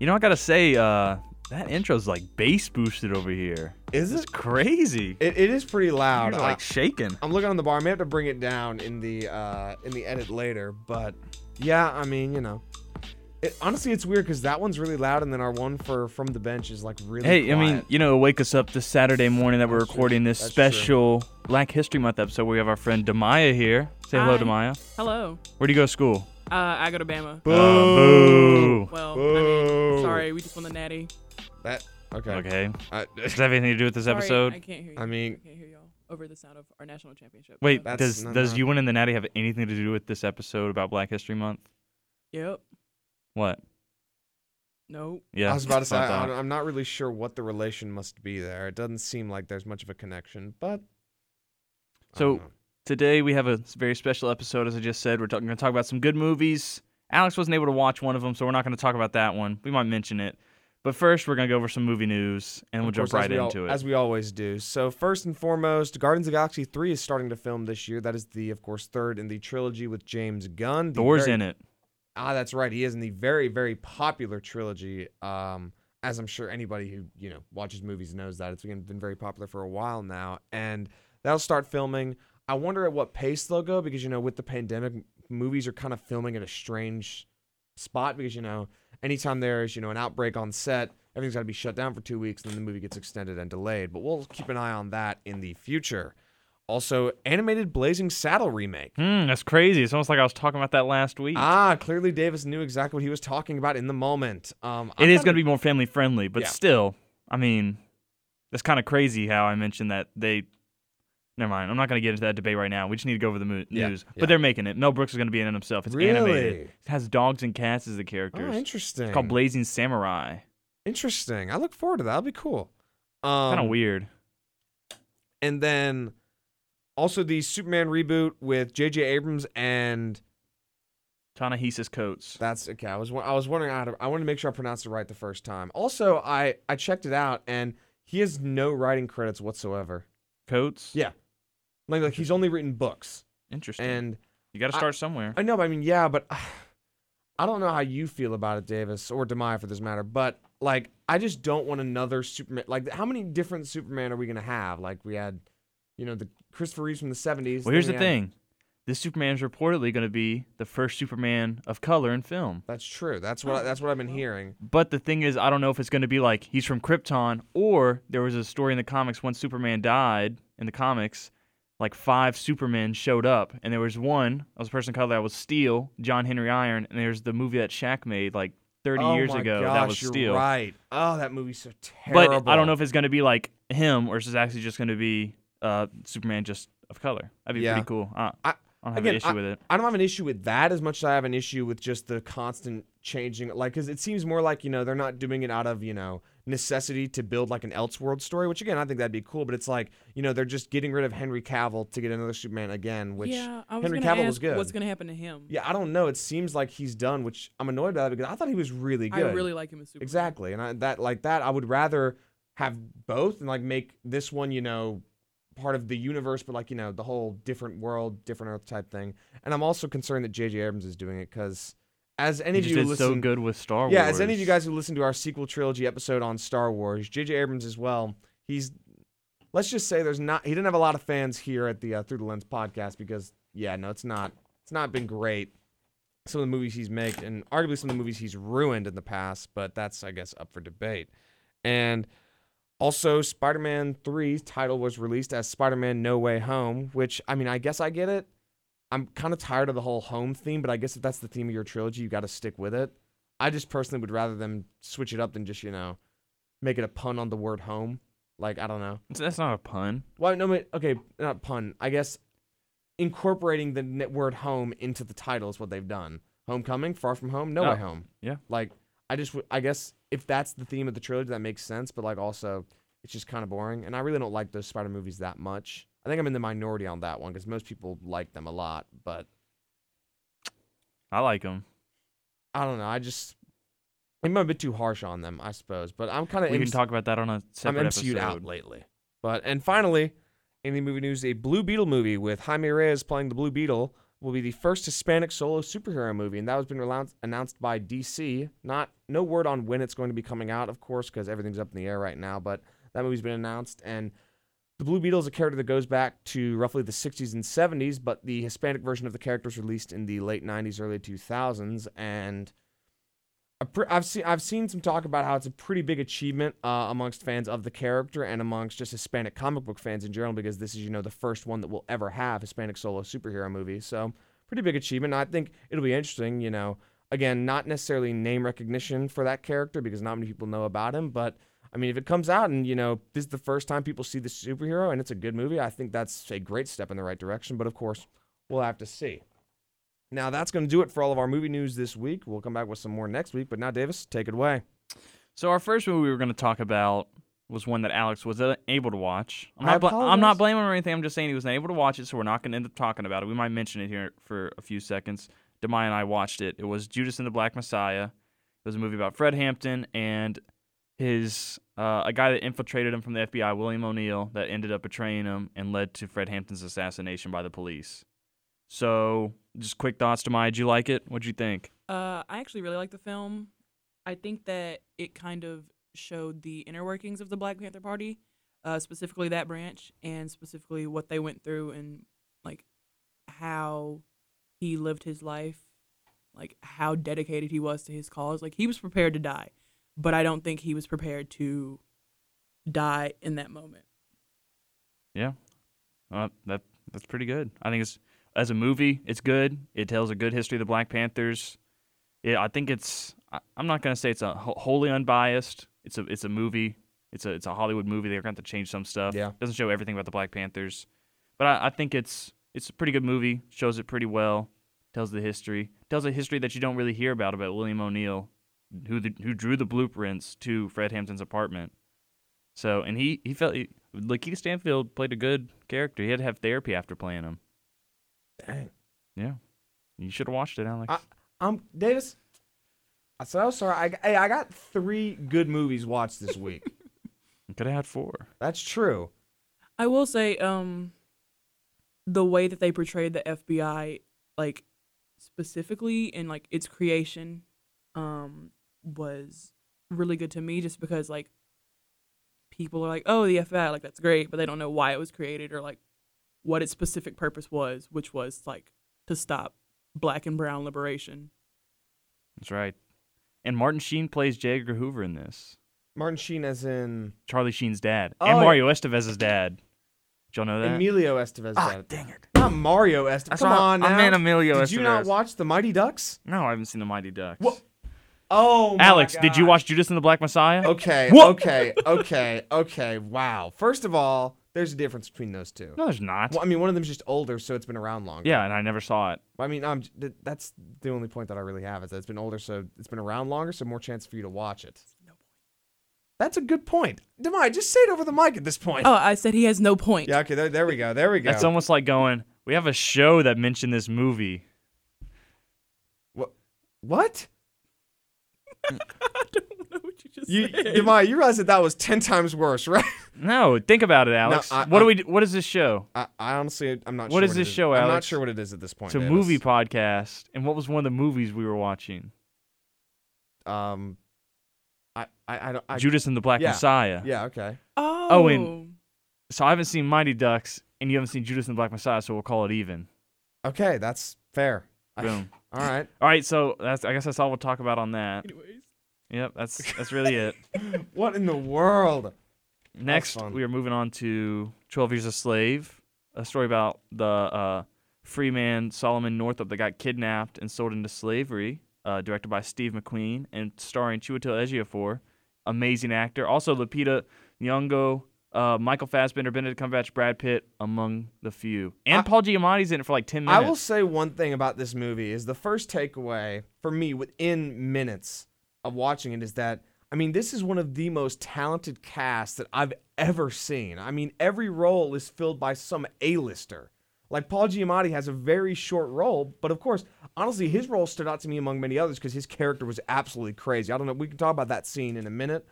You know, I gotta say, uh, that intro's like bass boosted over here. Is This it? crazy? It, it is pretty You're loud. like shaking. I, am looking on the bar. I may have to bring it down in the uh, in the edit later, but yeah, I mean, you know, it, honestly, it's weird because that one's really loud, and then our one for from the bench is like really. Hey, I mean, quiet. you know, wake us up this Saturday morning that we're That's true. recording this That's true. special Black History Month episode. We have our friend Demaya here. Say hello, Hi. Demaya. Hello. Where do you go to school? Uh, I go to Bama. Boo. Uh, boo. Well, I Boo. mean, sorry, we just won the natty. That okay. Okay. I, Does that have anything to do with this Sorry, episode? I can't hear you. I mean, I can't hear y'all over the sound of our national championship. Wait, Uh, That's does not- does not- you winning the natty have anything to do with this episode about Black History Month? yep. What? No. Yeah. I was about to say thought I, that. I'm not really sure what the relation must be there. It doesn't seem like there's much of a connection, but I So- don't know. Today we have a s- very special episode, as I just said. We're going to talk about some good movies. Alex wasn't able to watch one of them, so we're not going to talk about that one. We might mention it, but first we're going to go over some movie news, and we'll Of course, jump right as we al- into it. As we always do. So, first and foremost, Guardians of the Galaxy 3 is starting to film this year. That is the, of course, third in the trilogy with James Gunn. The Thor's very- in it. Ah, that's right. He is in the very, very popular trilogy. Um, as I'm sure anybody who, you know, watches movies knows that. It's been, been very popular for a while now. And that'll start filming. I wonder at what pace they'll go because, you know, with the pandemic, m- movies are kind of filming at a strange spot because, you know, anytime there's, you know, an outbreak on set, everything's got to be shut down for two weeks and then the movie gets extended and delayed. But we'll keep an eye on that in the future. Also, animated Blazing Saddle remake. Hmm, that's crazy. It's almost like I was talking about that last week. Ah, clearly Davis knew exactly what he was talking about in the moment. Um, it is going to be more family friendly, but Yeah. still, I mean, it's kind of crazy how I mentioned that they. Never mind. I'm not going to get into that debate right now. We just need to go over the mo- Yeah, news. yeah. But they're making it. Mel Brooks is going to be in it himself. It's animated. Really? It has dogs and cats as the characters. Oh, interesting. It's called Blazing Samurai. interesting. I look forward to that. That'll be cool. Um, Kind of weird. And then also the Superman reboot with J.J. Abrams and Ta-Nehisi Coates. that's okay. I was wa- I was wondering how to, I wanted to make sure I pronounced it right the first time. Also, I I checked it out and he has no writing credits whatsoever. Coates. Yeah, like like he's only written books Interesting. and you got to I- start somewhere. I know, but I mean, yeah, but I don't know how you feel about it, Davis, or Demaya for this matter. But like, I just don't want another Superman. Like, how many different Superman are we gonna have? Like, we had, you know, the Christopher Reeves from the '70s. well, here's then the we had- thing. This Superman is reportedly going to be the first Superman of color in film. That's true. That's what I, that's what I've been hearing. But the thing is, I don't know if it's going to be like he's from Krypton, or there was a story in the comics when Superman died in the comics, like five Supermen showed up, and there was one that was a person of color that was Steel, John Henry Iron, and there's the movie that Shaq made like 30 oh years my ago gosh, that was you're Steel. Right. Oh, that movie's so But terrible. I don't know if it's going to be like him, or is it actually just going to be uh, Superman just of color? That'd be Yeah. pretty cool. Uh, I, I- don't have again, an issue with it. I don't have an issue with that as much as I have an issue with just the constant changing. Like, because it seems more like, you know, they're not doing it out of, you know, necessity to build like an Elseworld story, which again, I think that'd be cool, but it's like, you know, they're just getting rid of Henry Cavill to get another Superman again, which yeah, I was Henry gonna Cavill ask was good. What's gonna happen to him? yeah, I don't know. It seems like he's done, which I'm annoyed by that because I thought he was really I good. really like him as Superman. Exactly. And I, that like that I would rather have both and like make this one, you know, part of the universe but like, you know, the whole different world, different earth type thing. And I'm also concerned that JJ Abrams is doing it cuz as any He of just you did listen so good with Star Yeah, Wars. as any of you guys who listened to our sequel trilogy episode on Star Wars, JJ Abrams as well, he's let's just say there's not he didn't have a lot of fans here at the uh, Through the Lens podcast because yeah, no, it's not it's not been great some of the movies he's made and arguably some of the movies he's ruined in the past, but that's I guess up for debate. And also Spider-Man 3's title was released as Spider-Man No Way Home, which I mean, I guess I get it. I'm kind of tired of the whole home theme, but I guess if that's the theme of your trilogy, you got to stick with it. I just personally would rather them switch it up than just, you know, make it a pun on the word home. Like, I don't know. That's not a pun. Well, no, but, okay, not pun. I guess incorporating the net word home into the title is what they've done. Homecoming, Far From Home, No Oh, Way Home. yeah. Like, I just, w- I guess if that's the theme of the trilogy, that makes sense, but like also, it's just kind of boring. And I really don't like those Spider movies that much. I think I'm in the minority on that one because most people like them a lot, but I like him. I don't know. I just, I'm a bit too harsh on them, I suppose, but I'm kind of We can talk about that on a I'm separate episode. MCU'd out lately. But and finally, in the movie news, a Blue Beetle movie with Jaime Reyes playing the Blue Beetle will be the first Hispanic solo superhero movie, and that has been reloun- announced by DC. Not no word on when it's going to be coming out, of course, because everything's up in the air right now. But that movie's been announced, and the Blue Beetle is a character that goes back to roughly the 60s and 70s, but the Hispanic version of the character was released in the late 90s, early 2000s, and a pr- I've seen I've seen some talk about how it's a pretty big achievement uh, amongst fans of the character and amongst just Hispanic comic book fans in general because this is you know the first one that we'll ever have Hispanic solo superhero movie. So pretty big achievement. I think it'll be interesting. You know, again, not necessarily name recognition for that character because not many people know about him, but I mean, if it comes out and you know this is the first time people see the superhero and it's a good movie, I think that's a great step in the right direction. But of course, we'll have to see. Now that's going to do it for all of our movie news this week. We'll come back with some more next week. But now, Davis, take it away. So our first movie we were going to talk about was one that Alex was able to watch. I'm I not, bla- I'm not apologize. blaming him or anything. I'm just saying he was unable to watch it, so we're not going to end up talking about it. We might mention it here for a few seconds. Demai and I watched it. It was Judas and the Black Messiah. It was a movie about Fred Hampton and his uh, a guy that infiltrated him from the FBI, William O'Neill, that ended up betraying him and led to Fred Hampton's assassination by the police. So, just quick thoughts, Demai. Did you like it? What'd you think? Uh, I actually really like the film. I think that it kind of showed the inner workings of the Black Panther Party, uh, specifically that branch, and specifically what they went through and like how he lived his life, like how dedicated he was to his cause. Like he was prepared to die, but I don't think he was prepared to die in that moment. Uh, that that's pretty good. I think it's as a movie, it's good. It tells a good history of the Black Panthers. Yeah, I think it's. I, I'm not gonna say it's a ho- wholly unbiased. It's a it's a movie. It's a it's a Hollywood movie. They're gonna have to change some stuff. Yeah. doesn't show everything about the Black Panthers, but I, I think it's it's a pretty good movie. Shows it pretty well. Tells the history. Tells a history that you don't really hear about about William O'Neill, who the, who drew the blueprints to Fred Hampton's apartment. So and he he felt he, Lakeith Stanfield played a good character. He had to have therapy after playing him. Dang. Yeah, you should have watched it, Alex. I, I'm Davis. I said I was sorry. I, hey, I got three good movies watched this week. Could have had four. That's true. I will say, um, the way that they portrayed the FBI, like specifically in like its creation, um, was really good to me. Just because like people are like, oh, the FBI, like that's great, but they don't know why it was created or like what its specific purpose was, which was like to stop black and brown liberation. That's right. And Martin Sheen plays J. Edgar Hoover in this. Martin Sheen as in Charlie Sheen's dad and Oh, yeah. Mario Estevez's dad. Did y'all know that? Emilio Estevez. Ah, dad. dang it! Not Mario Estevez. That's Come why on I now. meant Emilio Did you not Estevez. watch The Mighty Ducks? No, I haven't seen the Mighty Ducks. Wha- Oh, my Alex, did you God. watch Judas and the Black Messiah? Okay, Wha- okay, okay, okay. Wow. First of all, there's a difference between those two. No, there's not. Well, I mean, one of them's just older, so it's been around longer. Yeah, and I never saw it. I mean, I'm, th- that's the only point that I really have is that it's been older, so it's been around longer, so more chance for you to watch it. No point. That's a good point. Demai, just say it over the mic at this point. Oh, I said he has no point. Yeah, okay, there, there we go, there we go. That's almost like going. We have a show that mentioned this movie. Wha- what? I don't know what you just You, said. Demai, you realize that that was 10 times worse, right? No, think about it, Alex. I- what I- do we? do- What is this show? I, I honestly, I'm not What sure. is it this show, I'm not Alex? sure what it is at this point. It's a Davis. movie podcast. And what was one of the movies we were watching? Um, I, I, I don't. I, Judas and the Black yeah, Messiah. yeah, okay. oh, Oh, and- So I haven't seen Mighty Ducks, and you haven't seen Judas and the Black Messiah, so we'll call it even. Okay, that's fair. I- Boom. all right. all right, so that's I guess that's all we'll talk about on that. anyways. Yep, that's that's really it. What in the world? Next, fun. we are moving on to Twelve Years a Slave, a story about the uh, free man Solomon Northup that got kidnapped and sold into slavery. Uh, directed by Steve McQueen and starring Chiwetel Ejiofor, amazing actor. Also Lupita Nyong'o, uh, Michael Fassbender, Benedict Cumberbatch, Brad Pitt, among the few. And I- Paul Giamatti's in it for like ten I minutes. will say one thing about this movie is the first takeaway for me within minutes of watching it is that I mean this is one of the most talented casts that I've ever seen. I mean every role is filled by some A-lister. Like Paul Giamatti has a very short role, but of course, honestly, his role stood out to me among many others because his character was absolutely crazy. I don't know. We can talk about that scene in a minute,